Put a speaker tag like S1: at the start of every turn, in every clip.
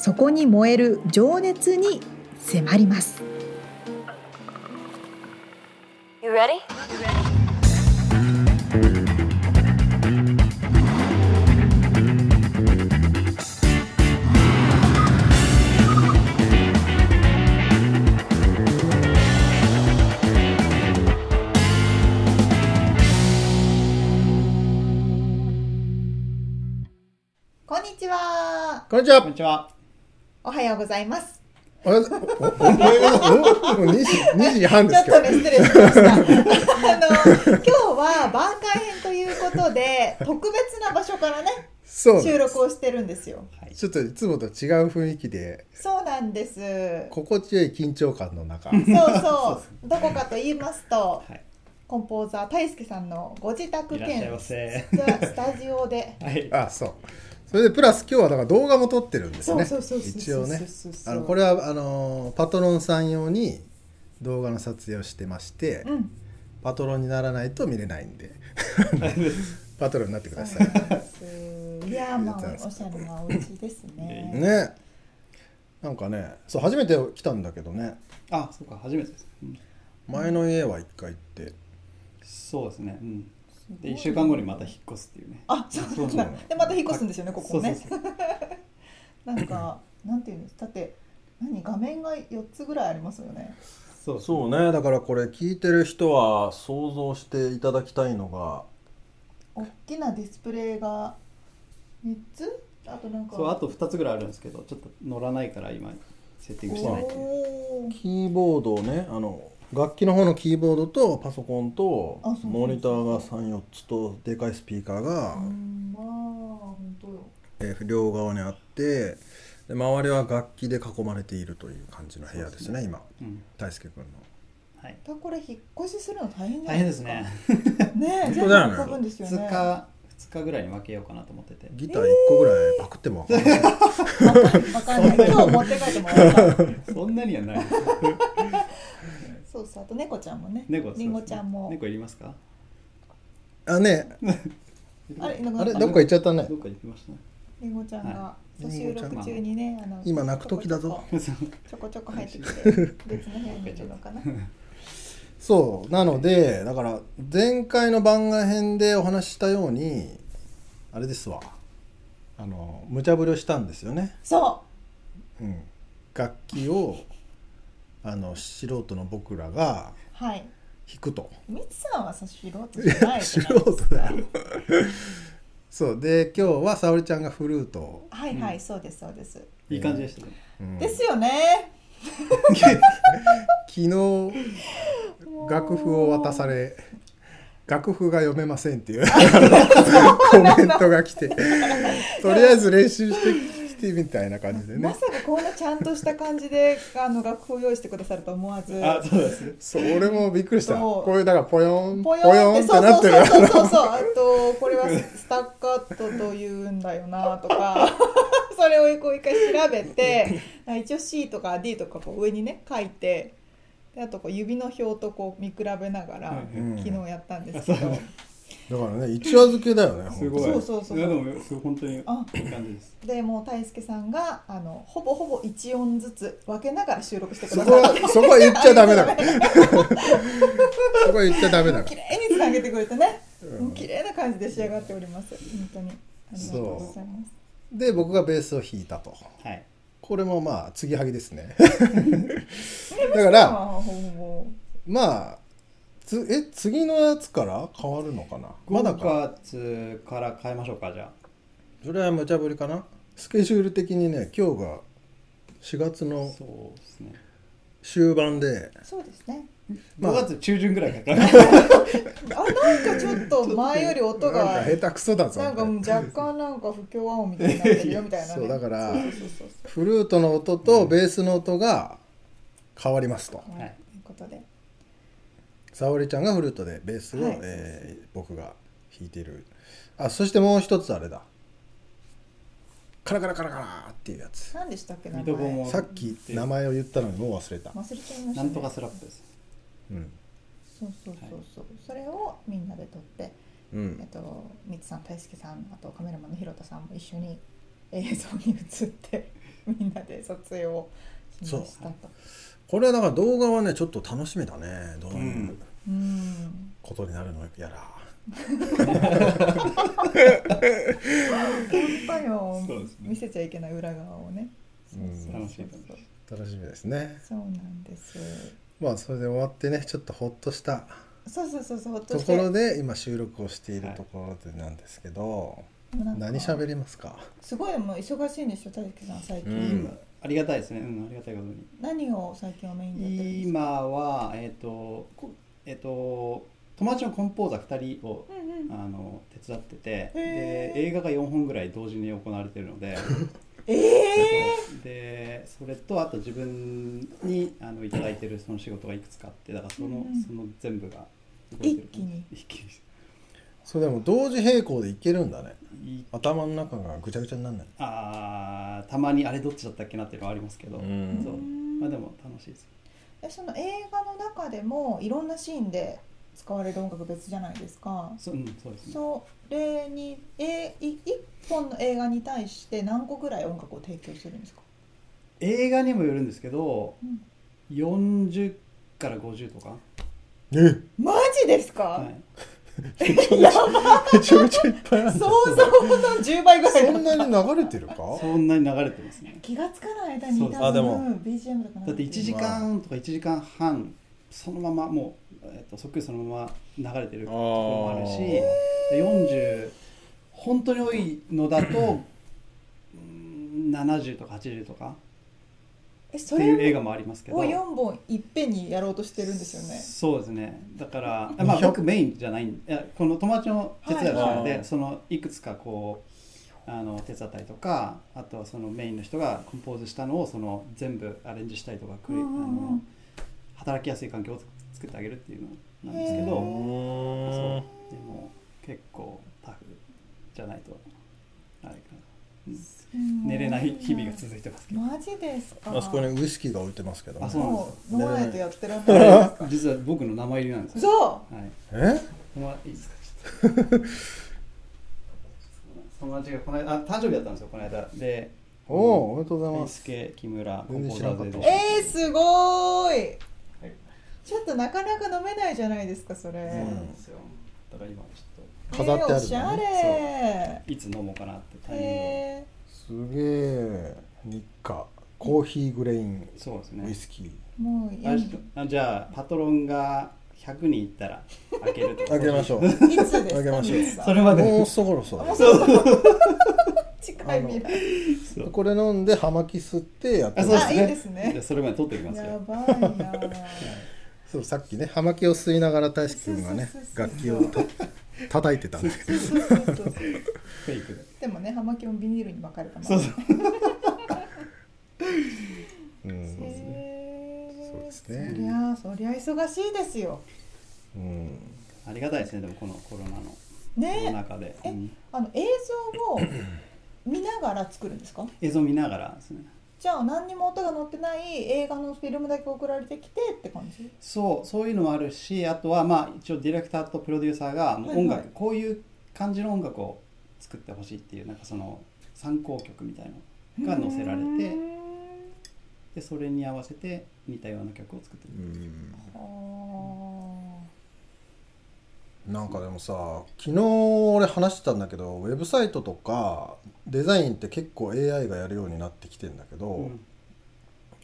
S1: そこに燃える情熱に迫ります
S2: You ready?
S1: こんにちは
S3: こんにちは。
S4: こんにちは。
S1: おはようございます
S3: おはようおお前が、おもう2時、2時半
S1: ち
S3: で
S1: ょっ
S3: すけ
S1: と
S3: ど。
S1: ね失礼しましたあ の今日は番外編ということで特別な場所からね
S3: そう
S1: 収
S3: ね。
S1: 録をしてるんですよ
S3: ちょっといつもと違う雰囲気で、
S1: そうなんです
S3: 心地よい緊張感の中。
S1: そうそうどこかと言いますと
S4: はい。
S1: コンポーザー大輔さんのご自宅
S4: いらっしゃい
S1: 兼
S4: ませ。
S1: スタジオで
S4: はい。
S3: あ、そう。それで、プラス今日はだから動画も撮ってるんですね。
S1: そうそうそうそう
S3: 一応ね
S1: そうそうそう。
S3: あの、これは、あのー、パトロンさん用に動画の撮影をしてまして、
S1: うん
S3: パトロンにならないと見れないんで、パトロンになってください。
S1: いやーまあおしゃれなお家ですね。
S3: ね。なんかね、そう、初めて来たんだけどね、
S4: あ、そうか、初めてです。うん
S3: 前の家は一回行って、
S4: そうですね。うん。で、
S1: ごい
S4: 1週間後にまた引っ越すっていうね。
S1: あそうなんだ。でまた引っ越すんですよねここね。
S4: そうそうそ
S1: な
S4: う
S1: んかなんていうんですだって何画面が四つぐらいありますよね。
S4: そうそう。
S3: そうねだからこれ聞いてる人は想像していただきたいのが
S1: 大きなディスプレイが三つあとなんか
S4: そう、あと2つぐらいあるんですけど、ちょっと乗らないから今、セッティングしてないっていう。
S1: おー
S3: キーボードをねあの楽器の方のキーボードとパソコンと
S1: あそうそう
S3: モニターが34つとでかいスピーカーが
S1: うんまあ本当よ。
S3: えー両側にあってで周りは楽器で囲まれているという感じの部屋ですね今
S4: うん。
S3: 大輔君の
S4: はい。
S1: だからこれ引っ越しするの大変じゃ
S4: 大
S1: ないで
S4: 変ですす
S1: か。
S4: ね。
S1: ねえ
S3: 本
S1: 全
S3: 当
S1: 部
S3: だよね
S1: 運ぶんですよね。
S4: 2日、2日ぐらいに分けようかなと思ってて。
S3: ギター1個ぐらいパクっても分かん ない、
S1: わかん ない今日持って帰ってもらった。
S4: そんなにはない。
S1: そうそうあと猫ちゃんもね。
S4: 猫
S1: りんごちゃんも。
S4: 猫いりますか
S3: あね
S1: あれいなくな
S3: あ
S1: った
S3: れどっか行っちゃったね
S4: どっか行きましたね。
S1: りんごちゃんが
S4: は
S1: そう収録中にねあの
S3: 今泣く時だぞ
S4: そう
S1: ちょこちょこ入ってきて別の部屋にいるの かな
S3: そうなのでだから前回の番外編でお話ししたようにあれですわあの無茶ぶりをしたんですよね、
S1: そ
S3: うん、楽器をあの素人の僕らが
S1: うはい
S3: 弾くと
S1: みつさんはさ素人じゃないじ
S3: 素
S1: ゃないで
S3: 人
S1: すか
S3: だよそうで今日は沙織ちゃんがフルートを、
S1: はいはい、そうですそうです、
S4: いい感じでしたね。
S3: うん
S1: ですよね
S3: 昨日楽譜を渡され楽譜が読めませんっていうコメントが来てとりあえず練習してきてみたいな感じで
S1: ま
S3: ね
S1: さかこんなちゃんとした感じであの楽譜を用意してくださると思わず
S4: あ、そうです。
S3: そう俺もびっくりした
S1: そう
S3: こういうだからポヨン
S1: ぽ
S3: ポ
S1: よ
S3: ヨ
S1: んって
S3: ンって
S1: そう
S3: な
S1: そ
S3: ってる
S1: う そうそうそうあとこれはスタッカートというんだよなとか それをこう一回調べて一応 C とか D とかこう上にね書いてであとこう指の表とこう見比べながら
S4: はい
S3: うん
S1: 昨日やったんですけど、
S3: だからね一夜漬けだよね
S4: すごい。
S1: そうそうそう
S4: やでも、すごい本当にいい
S1: あ
S4: 感じです。
S1: でもう大輔さんがあのほぼほぼ1音ずつ分けながら収録してくだ
S3: そこ
S1: さって
S3: はそこは言っちゃダメだからそこは言っちゃダメだか
S1: 綺
S3: ら
S1: 麗につなげてくれてね、
S3: うん
S1: もう綺麗な感じで仕上がっております本当にありがとうございます。
S3: で僕がベースを弾いたと
S4: はい。
S3: これもまあ継ぎはぎで すねだから
S1: あーほぼほぼ
S3: まあつえ次のやつから変わるのかなまだか
S4: 5月から変えましょうか、じゃ
S3: それは無茶ぶりかなスケジュール的にね今日が4月
S4: あ。
S3: の
S4: そうですね。
S3: 終盤で
S1: そうですね。
S3: まあ
S4: 5月中旬ぐらい からかな
S1: あ、なんかちょっと前より
S3: な
S1: 音
S3: んか
S1: が。
S3: 下手くそだぞ
S1: なんか
S3: みたい
S1: 若干なんか不協和音みたいになってるよみたいな、ね。
S3: そうだから
S1: そうそうそうそう
S3: なフルートの音とベースの音が変わりますと
S1: はい、ということで。
S3: 沙織ちゃんがフルートでベースを、
S1: はい
S3: えー僕が弾いてるあそしてもう一つあれだカラカラカラカラっていうやつ
S1: 何でしたっけ名
S4: 水戸黄
S1: 前。
S4: 門
S3: さっき名前を言ったのにもう忘れた、
S1: 忘れちゃいました、ね。
S4: なんとかスラップです
S3: うん
S1: そうそうそうそう。それをみんなで撮って、え
S3: う
S1: っ
S3: ん、
S1: とみつさん、大輔さん、あとカメラマンのひろたさんも一緒に映像に映 ってみんなで撮影をしましたと。
S3: これはだから動画はねちょっと楽しみだねどう
S4: う
S3: いうん
S1: うん。
S3: ことになるのやら、
S1: 本当よ
S4: そうですね
S1: 見せちゃいけない裏側をね。そうそう
S4: 楽し
S1: そ
S4: いうです
S1: そう。
S3: 楽しみですね
S1: そうなんです。
S3: まあそれで終わってねちょっとほっとした
S1: そうそうそうそう。ほっと
S3: と
S1: し
S3: ころ
S1: て。
S3: で今収録をしているところでなんですけど、何喋りますか
S1: すごいもう忙しいんでしょ大輔さん最近、
S3: うん
S4: ありがたいですねうんありがたいことに
S1: 何を最近はメインでやってるんですか
S4: 今はえっ、とこえっ、と友達のコンポーザー2人を
S1: うんうん
S4: あの手伝ってて
S1: へ
S4: で
S1: ー
S4: 映画が4本ぐらい同時に行われてるので
S1: ええ
S4: でそれとあと自分にあのいただいてるその仕事がいくつかあってだからその,、
S1: うんうん
S4: その全部が動いてる
S1: 一気に
S4: 一気
S3: それでも同時並行でいけるんだね
S4: にい
S3: 頭の中がぐちゃぐちゃにならない
S4: あーたまにあれどっちだったっけなっていうのはありますけど、
S3: うん
S4: そうまあでも楽しいです
S1: えその映画の中でもいろんなシーンで使われる音楽別じゃないですか
S4: そ,、うん、そうですね
S1: それにえい一本の映画に対して何個ぐらい音楽を提供するんですか、
S4: 映画にもよるんですけど
S1: うん、
S4: 40から50とか、
S3: え
S1: マジですか、
S4: はい、
S3: めちゃめちゃめちゃめちゃいっぱいある
S1: 想像の10倍ぐらいだ
S3: そんなに流れてるか
S4: そんなに流れてますね
S1: 気がつかない間に
S4: そ
S1: 多
S4: うです
S1: 分
S3: あでも
S1: BGM とか
S4: だって1時間とか1時間半そのままもう、えっとそっくりそのまま流れてるところもあるしで40本当に多いのだとうん70とか80とか
S1: え
S4: っ
S1: そ
S4: ていう
S1: れ
S4: 映画もありますけど
S1: を4本いっぺんにやろうとしてるんですよね
S4: そうですね だから、まあ、
S3: 200
S4: 僕メインじゃないんいやこの友達の手伝いをしてるので、
S3: はいはい
S4: そのいくつかこうあの手伝ったりとかあとはそのメインの人がコンポーズしたのをその全部アレンジしたりとかクリ、
S1: うんうんうん
S4: あの働きやすい環境を作ってあげるっていうのなんですけど
S1: へ
S4: そう
S3: ー
S4: でも結構タフじゃないとあれかな、うん寝れない日々が続いてますけど
S1: マジですか。
S3: あそこにウイスキーが置いてますけど、
S4: あそう
S1: もう飲まないとやってらん
S3: 寝れ
S1: な
S3: ないい。
S4: 実は僕の名前入りなんですよ、
S1: そ
S4: はい
S3: え
S4: まあ、いいですか ちょっと友達がこの間あ誕生日だったんですよこの間で
S3: おおおめでとうござい
S4: 大
S3: ます
S4: 輔木村コ
S3: 全然
S4: ンポー
S3: 知
S4: ザ
S3: らなか
S4: ー
S3: っ
S1: う。
S3: た
S4: 勢
S1: えー、すごーい。ちょっとなかなか飲めないじゃないですか、それ。
S4: そう
S1: え
S4: なんですよだから今ちょっ
S3: 飾って
S1: ー、
S3: あるの
S1: お
S3: ね
S1: しゃれ。
S4: といつ飲もうかなってタイミングを
S1: え
S3: すげえ日課コーヒーグレイン
S4: そうです
S3: ウイ
S4: ね
S3: スキー
S1: ー、もうい
S4: あちょっとあじゃあパトロンが100人いったら開け ると
S3: あげまし ょう
S1: いつですか。
S3: あげましょう
S1: いつですか
S4: それまで
S3: もうそろそろ
S1: 近い未来。
S4: そう
S3: これ飲んで葉巻吸ってやって
S4: あ
S3: る
S4: そうです
S1: あ
S4: ね
S1: いいですね
S4: じゃあそれまで取っておきます
S1: や
S4: よ
S1: ばいなー。
S3: そうさっきね葉巻を吸いながら大志くんがね
S1: そうそうそう
S3: 楽器
S1: そう
S3: をた叩いてたんですけど
S1: そうそうそうそう
S4: フェイクで
S1: でもね、葉巻もビニールに巻かれたまま。
S4: そうそう
S3: うん
S1: へー
S3: そうですね
S1: そりゃあそりゃ忙しいですよ。
S3: うん
S4: ありがたいですねでもこのコロナのコロ
S1: ね
S4: ナ禍で、
S1: え
S4: うん
S1: あの映像を見ながら作るんですか
S4: 映像見ながらですね
S1: じゃあ何にも音が載ってない映画のフィルムだけ送られてきてって感じ
S4: そうそういうのもあるしあとはまあ一応ディレクターとプロデューサーがもう音楽、
S1: はいはい
S4: こういう感じの音楽を作ってほしいっていうなんかその参考曲みたいのが載せられて
S1: うん
S4: でそれに合わせて似たような曲を作って
S3: う
S4: る、
S3: ん
S1: あー
S3: なんかでもさ昨日俺話してたんだけどウェブサイトとかデザインって結構 AI がやるようになってきてんだけど、
S4: うん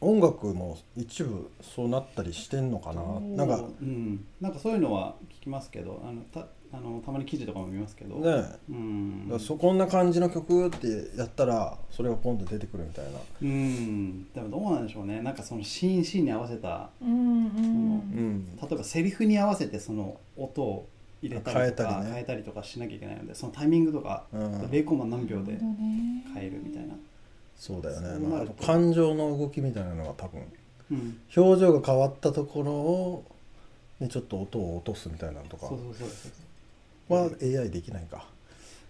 S3: 音楽も一部そうなったりしてんのかななんか
S4: うん、なんかそういうのは聞きますけどあのたあのたまに記事とかも見ますけど、
S3: ねだか
S4: うん
S3: らそこんな感じの曲ってやったらそれがポンと出てくるみたいな
S4: うんでもどうなんでしょうねなんかそのシーンシーンに合わせた
S1: うんう
S3: う
S1: ん
S4: 例えばセリフに合わせてその音を入れたりとか
S3: 変えた
S4: 変え
S3: りね
S4: たりとかしなきゃいけないのでそのタイミングとか、
S3: うん
S4: 0コマ何秒
S1: ん。
S4: で
S1: なるほどね
S4: 変えるみたいな、
S3: そうだよ
S4: そうなる
S3: ね、
S4: と
S3: まあ、あと感情の動きみたいなのが多分
S4: うん、
S3: 表情が変わったところをねちょっと音を落とすみたいなのとか
S4: そうそうそうそう
S3: は AI できないか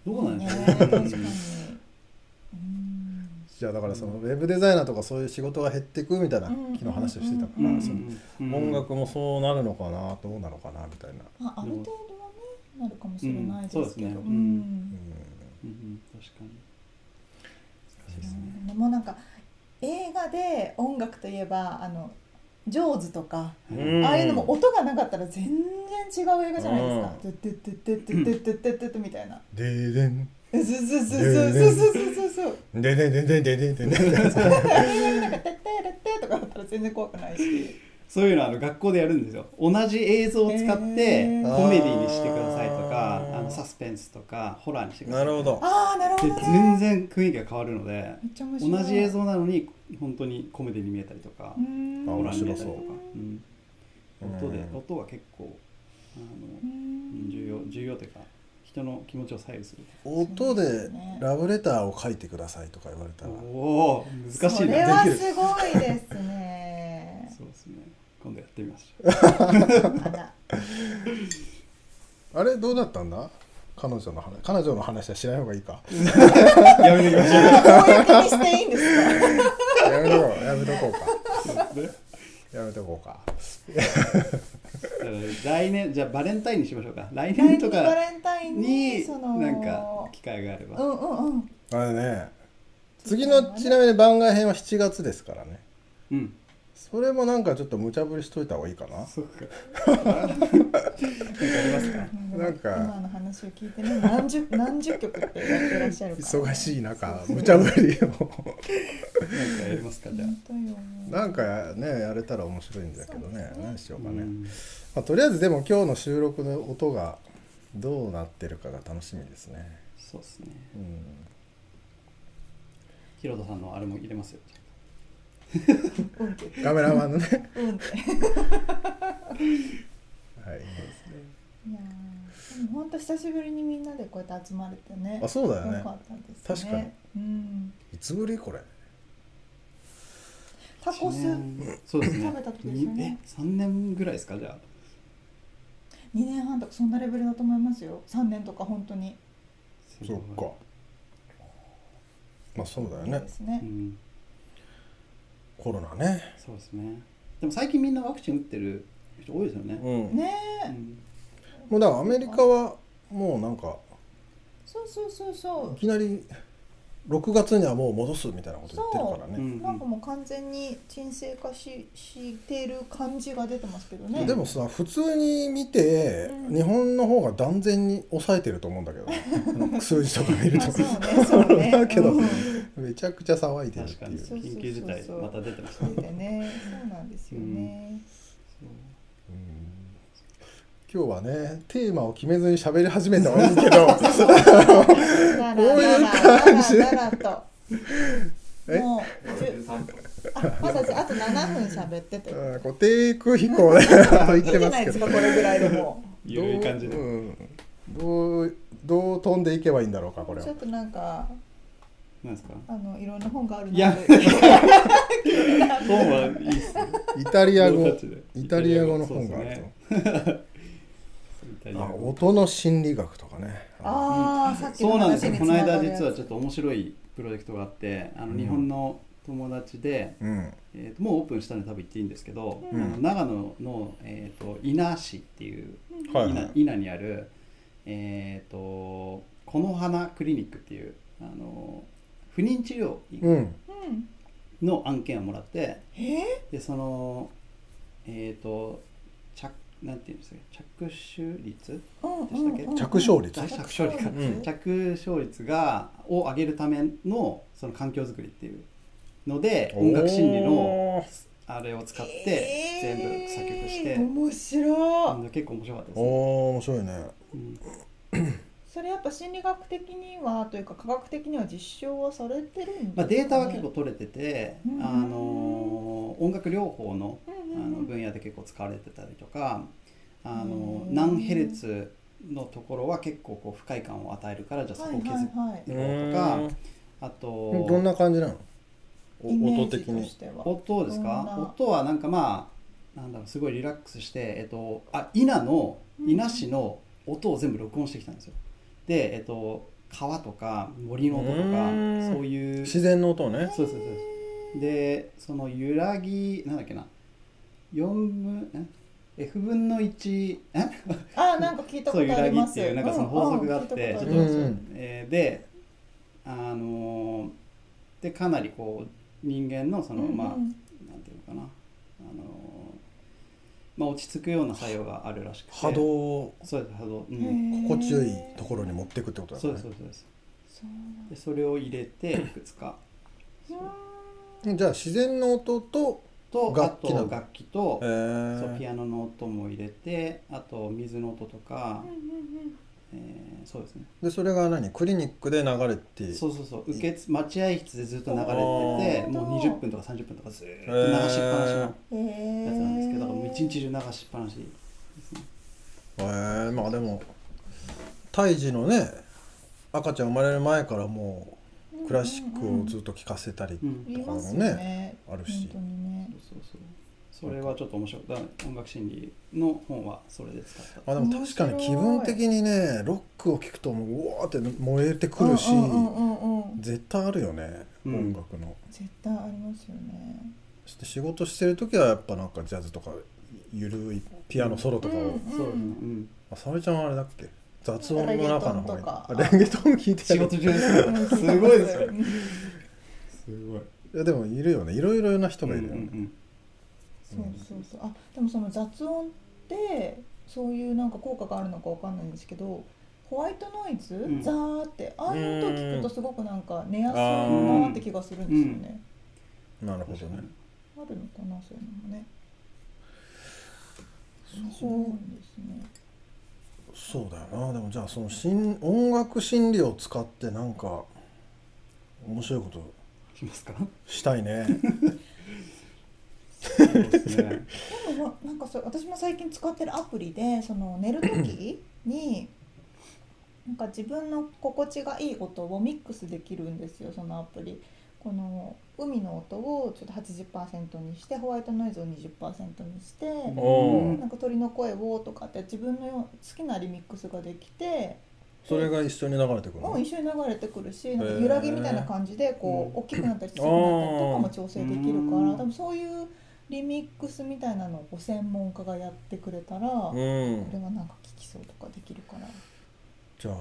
S4: どうなんでしょうね
S1: ね確かに。
S3: じゃあだからそのウェブデザイナーとかそういう仕事が減っていくみたいな
S1: うん
S3: 昨日話をしてたか
S4: うん
S3: ら、
S4: うん
S3: その
S4: うん
S3: 音楽もそうなるのかなどうなのかなみたいな、
S1: まあある程度はねなるかもしれないですけど。
S4: うんそうですねう
S3: うん
S4: ん
S3: ん
S4: うんうん確かに
S3: そうですね
S1: でもなんか映画で音楽といえばあのジョーズとか、
S4: うん
S1: ああいうのも音がなかったら全然違う映画じゃないですか。
S3: う
S1: てってってってってってってってってみたいな。
S3: ででん
S1: ずずずずずずずずず。
S3: ででででででで
S1: なんかてってれってとかだったら全然怖くないし。
S4: そういうのあの学校でやるんですよ同じ映像を使ってコ
S1: へ
S4: メデ
S1: ー
S4: ィにしてくださいとか
S3: あー
S4: あのサスペンスとかホラーにしてくださ
S3: ないるほ ど
S1: ああなるほ
S4: で
S1: どね。
S4: 全然雰囲気が変わるので
S1: めっちゃ面白い。
S4: 同じ映像なのに本当にコメディに見えたりとか
S1: う、ん。
S3: あ
S4: ホ
S3: 面
S4: ラーに
S3: 白
S4: 見えた
S3: そ
S4: り
S3: う
S4: とか、うん、音で音は結構あ
S1: う
S4: の
S1: ん
S4: 重要重要というか人の気持ちを左右する
S3: 音でラブレターを書いてくださいとか言われたら
S4: おお難しい
S1: それ
S4: な
S1: は
S4: できる
S1: すごいですね。
S4: そうですね今度やってみましょ
S1: あら。
S3: あれどうだったんだ彼女の話彼女の話はしない方がいいか
S4: うやめてみましょう
S1: 公にしていいんですか。
S3: やめとこうやめとこうか
S4: そうですね
S3: やめとこうか
S4: だから来年じゃあバレンタインにしましょうか来
S1: 来年
S4: 年と
S1: バ
S4: か
S1: レンタインに
S4: に
S1: その
S4: なんか機会があれば、
S1: うんうんうん。
S3: あれね次のちなみに番外編は7月ですからね
S4: うん、
S3: それもなんかちょっと無茶ぶりしといた方がいいかな
S4: そっか なんかありますか
S3: なんか
S1: 今の話を聞いてね何十 何十曲ってやってらっしゃるから。
S3: 忙しい中無茶ぶりを
S4: なんかやりますかじゃあ
S1: 本当よね。
S3: なんかねやれたら面白いんだけどね何しようかね、
S4: うん
S3: まあ、とりあえずでも今日の収録の音がどうなってるかが楽しみですね
S4: そうですね
S3: うん
S4: ヒロトさんのあれも入れますよ
S1: うんって
S3: カメラマンのね
S1: うんって。
S3: は
S1: いや
S3: い
S1: ーでも本当久しぶりにみんなでこうやって集まれてね。
S3: あそうだよ
S1: よ
S3: ね
S1: かったですね。
S3: 確かに。
S1: うん。
S3: いつぶりこれ
S1: タコス
S4: 一
S1: 2
S4: 年そうですね
S1: 食べた時ですよね
S4: にえ三年ぐらいですかじゃあ
S1: 年半とかそんなレベルだと思いますよ。3年とか本当に。
S4: す
S3: そ
S4: ご
S3: っ
S4: い
S3: かまあそうだよね
S1: ですね
S4: う。ん
S3: コロナね
S4: そうですねでも最近みんなワクチン打ってる人多いですよね、
S3: ん
S1: ねえ。
S4: うん
S3: もうだからアメリカはもうなんか
S1: そうそうそうそう
S3: い。きなり6月にはもう戻すみたいなこと言ってるから
S4: う
S3: ね、
S4: ん
S1: なんかもう完全に沈静化ししてる感じが出てますけどね。
S3: でもさ普通に見て、
S1: うん
S3: 日本の方が断然に抑えてると思うんだけど、ね、数字とか見る
S1: まあ
S3: と
S1: そうね、そう ね。
S3: だけど
S1: うん
S3: めちゃくちゃ騒いでるっ
S4: 確
S3: て
S4: か
S3: い
S4: に
S3: う
S1: そう
S4: 緊急事態
S1: そうそうそう
S4: また出てました
S1: そうだよね、そうなんですよね。
S4: そう
S3: うん今日はねテーマを決めずに喋り始めたはいいけ
S1: だ
S3: ど
S1: らだらだらだらと。
S3: え
S1: もうじゅあまだじゃああと7分喋ってて。
S3: うんこう低空飛行 でと言っ
S1: いい
S3: て
S1: じゃ
S3: ま
S1: ないで
S3: すけ
S1: す
S3: ど
S1: かこれぐらいでも
S4: ゆるい感じで、
S3: どう,、うん、どうどう飛んでいけばいいんだろうかこ
S1: う。
S3: れ
S1: ち
S3: は
S1: ょっとなんか
S4: なんですか
S1: あのいろんな本があるの
S4: いや
S1: で。
S4: 本はいいっすね
S3: イタリア
S4: ノー
S3: 語
S4: タッチで
S3: イタリア語の本があると、
S4: イタリア
S3: あ
S4: 語
S3: 音の心理学とかね
S1: ああ、さっき
S4: そ
S1: の
S4: うなんで
S1: 話
S4: すよ
S1: に
S4: こ
S1: つ
S4: の
S1: なが
S4: 間
S1: る
S4: 実はちょっと面白いプロジェクトがあってあ
S3: う
S4: の
S3: ん
S4: 日本の友達で、
S3: うん
S4: えーともうオープンしたので多分言っていいんですけど、
S1: うん
S4: あの長野の、えー、と伊那市っていう
S3: はい
S4: 伊
S3: は
S4: 那
S3: い
S4: 伊那にある、えー、とこの花クリニックっていうあの不妊治療
S3: うん
S1: うん。
S4: の案件をもらって、
S1: え
S4: でそのえっ、と着なんていうんですか着手率
S1: うん
S4: でしたっけ
S1: うんうん
S3: 着床率
S4: あ着床率か
S3: うん
S4: 着床率がを上げるためのその環境づくりっていうので
S3: おー
S4: 音楽心理のあれを使って全部作曲して、
S1: えー面白い、
S4: うん結構面白かったですね、
S3: おー面白いね
S4: うん
S1: それやっぱ心理学的にはというか科学的には実証はされてるんですかね
S4: まあ、データは結構取れてて、
S1: うん
S4: あの音楽療法の
S1: うん
S4: あ
S1: うん
S4: の
S1: うん
S4: 分野で結構使われてたりとかあの
S1: うん
S4: 何ヘルツのところは結構こう不快感を与えるからじゃあそこを削っ
S1: はいはいはい
S4: ていこうとか、
S3: うん
S4: あと
S3: どんな感じなのお
S1: イメ
S3: 音
S1: ージ
S3: 的
S1: と
S3: に
S1: しては
S4: 音です
S1: どん
S4: か
S1: な
S4: 音はなんかまあなんだろうすごいリラックスしてえっとあ稲の
S1: うん
S4: 稲市の音を全部録音してきたんですよでえっと川とか森の音とか
S3: うん
S4: そういう
S3: 自然の音ね
S4: そうそうそうそうでその揺らぎなんだっけな4分え F 分の1え
S1: あなんか聞いたこ
S4: そう揺
S1: とあ
S4: ら
S1: り
S4: ぎ
S1: ま
S4: っ
S1: す
S4: ていうなんかその法則があって、
S1: うんうん聞いたこと
S3: う
S1: る
S3: んうん
S4: えーであのーでかなりこう人間のその、まあ
S1: うんうん
S4: なんていうのかなあのーまあ落ち着くような作用があるらしくて
S3: 波動を
S4: そうです波動、う
S1: へ
S4: ん、
S1: ー
S3: 心地よいところに持っていくってことだ
S4: そう
S3: ね
S4: ですそうですそうです
S1: そうなんだ
S4: でそれを入れていくつか
S3: じゃあ自然の音と、
S4: と
S3: 楽器
S4: あ
S3: な
S4: と
S3: の
S4: 楽器と、
S3: えー
S4: そうピアノの音も入れてあと水の音とか
S1: うん、うん
S4: えーそうですね
S3: でそれが何クリニックで流れて
S4: そうそうそう受けつ待合室でずっと流れて
S1: あ
S4: て
S1: ー
S4: もう20分とか30分とかずーっと流しっぱなしのや
S1: うんへー
S4: つなんですけど、もう一日中流しっぱなしですね
S3: えー、まあでも胎児のね赤ちゃん生まれる前からもうクラシックをずっと聴かせたり、
S4: うん
S1: 言いますよね
S3: あるし
S1: 本当にね
S4: そうそうそうそれはちょっと面白いだから音楽心理の本はそれで使った
S3: まあでも確かに気分的にねロックを聴くともううわーって燃えてくるし、
S1: うんうんうんうんうん
S3: 絶対あるよね、
S4: うん
S3: 音楽の
S1: 絶対ありますよ ね
S3: そして仕事してる時はやっぱなんかジャズとかゆるいピアノソロとかを、
S1: うん
S4: そうですねうん
S3: あ沙織ちゃんはあれだっけ雑音の中の方がいい
S1: レ
S3: あレンゲトン聞いて
S4: 仕
S3: る
S4: 事中ですね
S1: うん
S4: すごいですよ
S3: すごいいやでもいるよねいろいろな人
S4: うん
S3: が
S4: う
S3: い
S4: ん
S3: るよね、
S1: そうそうそうあでもその雑音ってそういうなんか効果があるのかわかんないんですけどホワイトノイズ、
S4: ん
S1: ザーってああいう音を聞くとすごくなんか寝やすい
S3: あ
S1: な
S4: ー
S1: って気がするんですよね、
S3: なる
S4: う
S3: ほ
S4: ん
S3: どね
S1: あるのかなそういうのもねそうですね
S3: そうだよなでもじゃあその心音楽心理を使ってなんか面白いこと
S4: しますか
S3: したいね
S4: そうです
S1: で
S4: ね
S1: もななんかそれ私も最近使ってるアプリでその寝る時になんか自分の心地がいい音をミックスできるんですよそのアプリこの海の音をちょっと80%にしてホワイトノイズを20%にして、
S3: お
S4: ー
S1: なんか鳥の声をとかって自分のよ好きなリミックスができて
S3: それが一緒に流れてくる
S1: も
S3: の
S1: う一緒に流れてくるしなんか揺らぎみたいな感じでこう
S4: へー
S1: 大きくなったり小さくなったりとかも
S3: あー
S1: 調整できるか
S4: う
S1: ら
S4: ん
S1: 多分そういうリミックスみたいなのをこう専門家がやってくれたら
S3: う
S1: これ
S3: ん
S1: はなんか聞きそうとかできるから
S3: じゃあ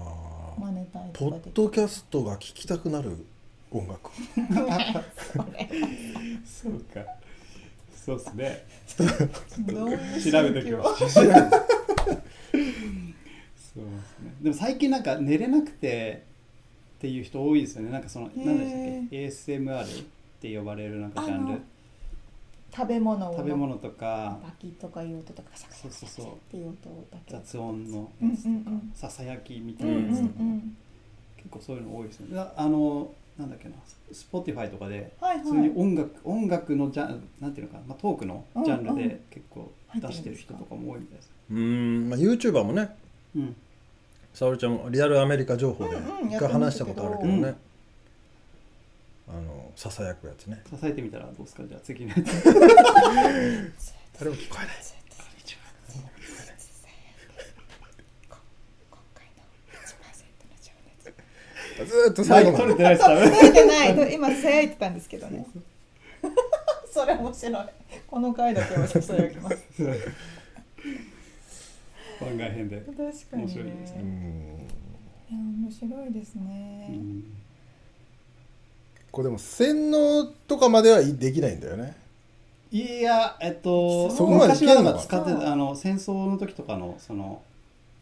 S1: 真似たい
S3: ポ
S1: とかで
S3: ッ
S1: きる
S3: ドキャストが聴きたくなる音楽
S1: それ
S4: そうかそうですね
S1: どういう心
S4: 調べてき
S1: 境
S4: ましたそうですねでも最近なんか寝れなくてっていう人多いですよねなんかその何でしたっけ ASMR って呼ばれるなんかジャンル
S1: 食べ物を
S4: 食べ物とか
S1: バキッとかいう音とかカサカサカサカサっていう音だけ
S4: 雑音のやつとか、
S1: うんうんうん
S4: ささやきみた
S1: う
S4: い
S1: んう
S4: なんやつとか、
S1: うん
S4: 結構そういうの多いですよねだあのなんだっけな Spotify とかで
S1: はい
S4: 普通に
S1: は
S4: 音楽、音楽のジャンなんていうのかな、まあ、トークのジャンル
S1: うんう
S4: で
S1: ん
S4: 結構出してる人とかも多いみたいです、
S3: うん、まあ、YouTuber もね
S4: うん、
S3: 沙織ちゃんもリアルアメリカ情報で
S1: うんうん
S3: 一回話したことあるけどね、
S4: やって
S3: あのささやくやつね
S4: 支えてみたらどうですかじゃあ次の やつこん
S3: 誰も聞こえない
S4: にちはい
S1: こ今回の1%の情熱
S3: ずーっと最後ま
S4: 取
S3: で
S4: れてないです多分
S1: 取れてない今さやいてたんですけどね それ面白いこの回だけはささやきます
S4: 番外編で、
S1: 確か
S4: 面
S1: に
S4: 白い
S1: ね
S4: です
S3: う
S1: いや
S3: ん
S1: 面白いですね、
S4: うん
S3: これでも洗脳とかまではいできないんだよね
S4: いやえっと
S1: そ
S3: こまでい
S4: 昔
S3: けるの
S4: は
S3: か
S4: なんか使って
S1: そう
S4: たあの戦争の時とかのその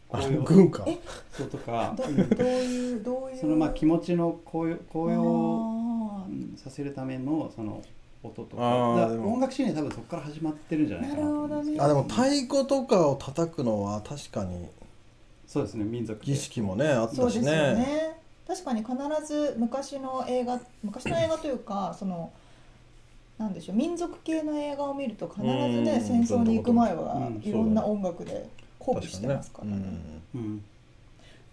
S4: こう
S3: あ
S4: いう
S3: 軍か
S1: え
S4: そうとか
S1: どどういうどういう
S4: そのまあ気持ちの高揚高揚を
S1: あ
S4: うんさせるためのその音
S5: あ
S4: とか
S5: ー
S4: だから
S5: でも
S4: 音楽シーンは多分そこから始まってるんじゃないかなと思うんですよ
S5: あでも太鼓とかを叩くのは確かに
S4: そうですね民族
S5: 儀式もねあったしね
S1: そうですよね確かに必ず昔の映画昔の映画というかそのなんでしょう民族系の映画を見ると必ずね
S5: うん
S1: 戦争に行く前は
S4: うん
S1: いろんな音楽で
S5: 確
S1: 鼓舞
S5: か
S1: し
S5: に
S1: て
S5: ね
S1: ますからね
S4: うん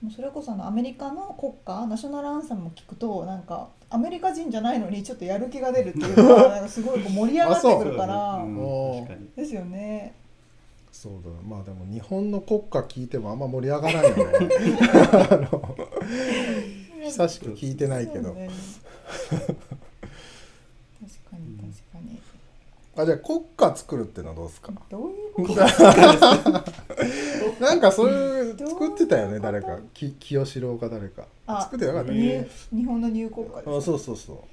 S1: もうそれこそあのアメリカの国歌ナショナルアンサムを聞くとなんかアメリカ人じゃないのにちょっとやる気が出るっていうかなんかすごいこう盛り上がってくるから、
S4: そうですね
S3: お
S4: う
S3: ー
S4: ん、確かに
S1: ですよね
S3: そうだまあでも日本の国歌聞いてもあんま盛り上がらないよね あの久しく聞いてないけ
S1: そ
S3: ど
S1: う、ね確かに確かに
S3: あじゃあ国歌作るってのはどうですか
S1: どういうこと
S3: なんかそういう
S1: どう
S3: 作ってたよね
S1: どうい
S3: 誰
S1: うこと
S3: かき清志郎か誰か
S1: あ
S3: 作ってなかったっ
S1: 入
S3: け
S1: 日本の入国歌
S3: あ
S1: です
S3: そうそうそ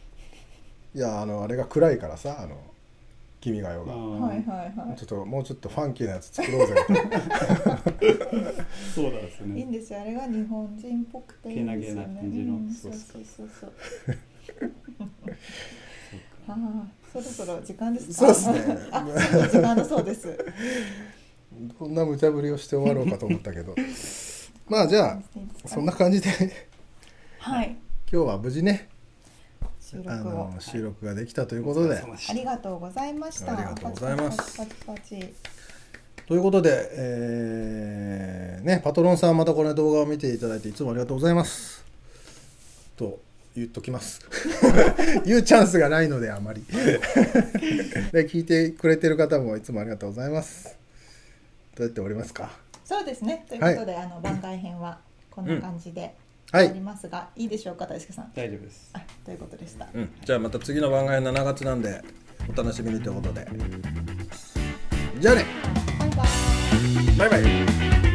S3: ういやあのあれが暗いからさあの「君が代」が、
S4: うん
S1: はいはいは
S3: ちょっともうちょっとファンキーなやつ作ろうぜ
S4: そうなんです
S1: いいい
S4: ね
S1: んですよあれが日本人っぽくていいんですよ
S4: けな
S1: ね
S4: げな感じの
S1: うん
S4: そ
S1: そうう
S4: そ
S1: そうそうそう
S4: そうか
S1: ああそろそろ時間ですか
S3: そうですね
S1: あそろそろ時間だそうです
S3: どんな無茶ぶりをして終わろうかと思ったけどまあじゃ
S1: いいです
S3: あ
S1: か
S3: そんな感じで
S1: はい
S3: 今日は無事ね
S1: 収録
S3: あ
S1: を
S3: の収録ができたということで、
S4: お疲れ様でし
S1: あ
S4: た
S1: りがとうございました
S3: ありがとうご
S5: ざいます
S1: パチパチパチパチ
S5: ということで、えーね、パトロンさんまたこの動画を見ていただいていつもありがとうございます
S3: と言っときます 言うチャンスがないのであまり で聞いてくれてる方もいつもありがとうございますどうやっておりますか
S1: そうですねということで、あの番外編はこんな感じで
S3: は
S1: あ
S3: い
S1: りますが、い、いでしょうか大輔さん
S4: 大丈夫です
S1: あということでした、
S5: うん、じゃあまた次の番外編7月なんでお楽しみにということでじゃあね
S1: バイバ
S5: バ
S1: イ
S5: イバイ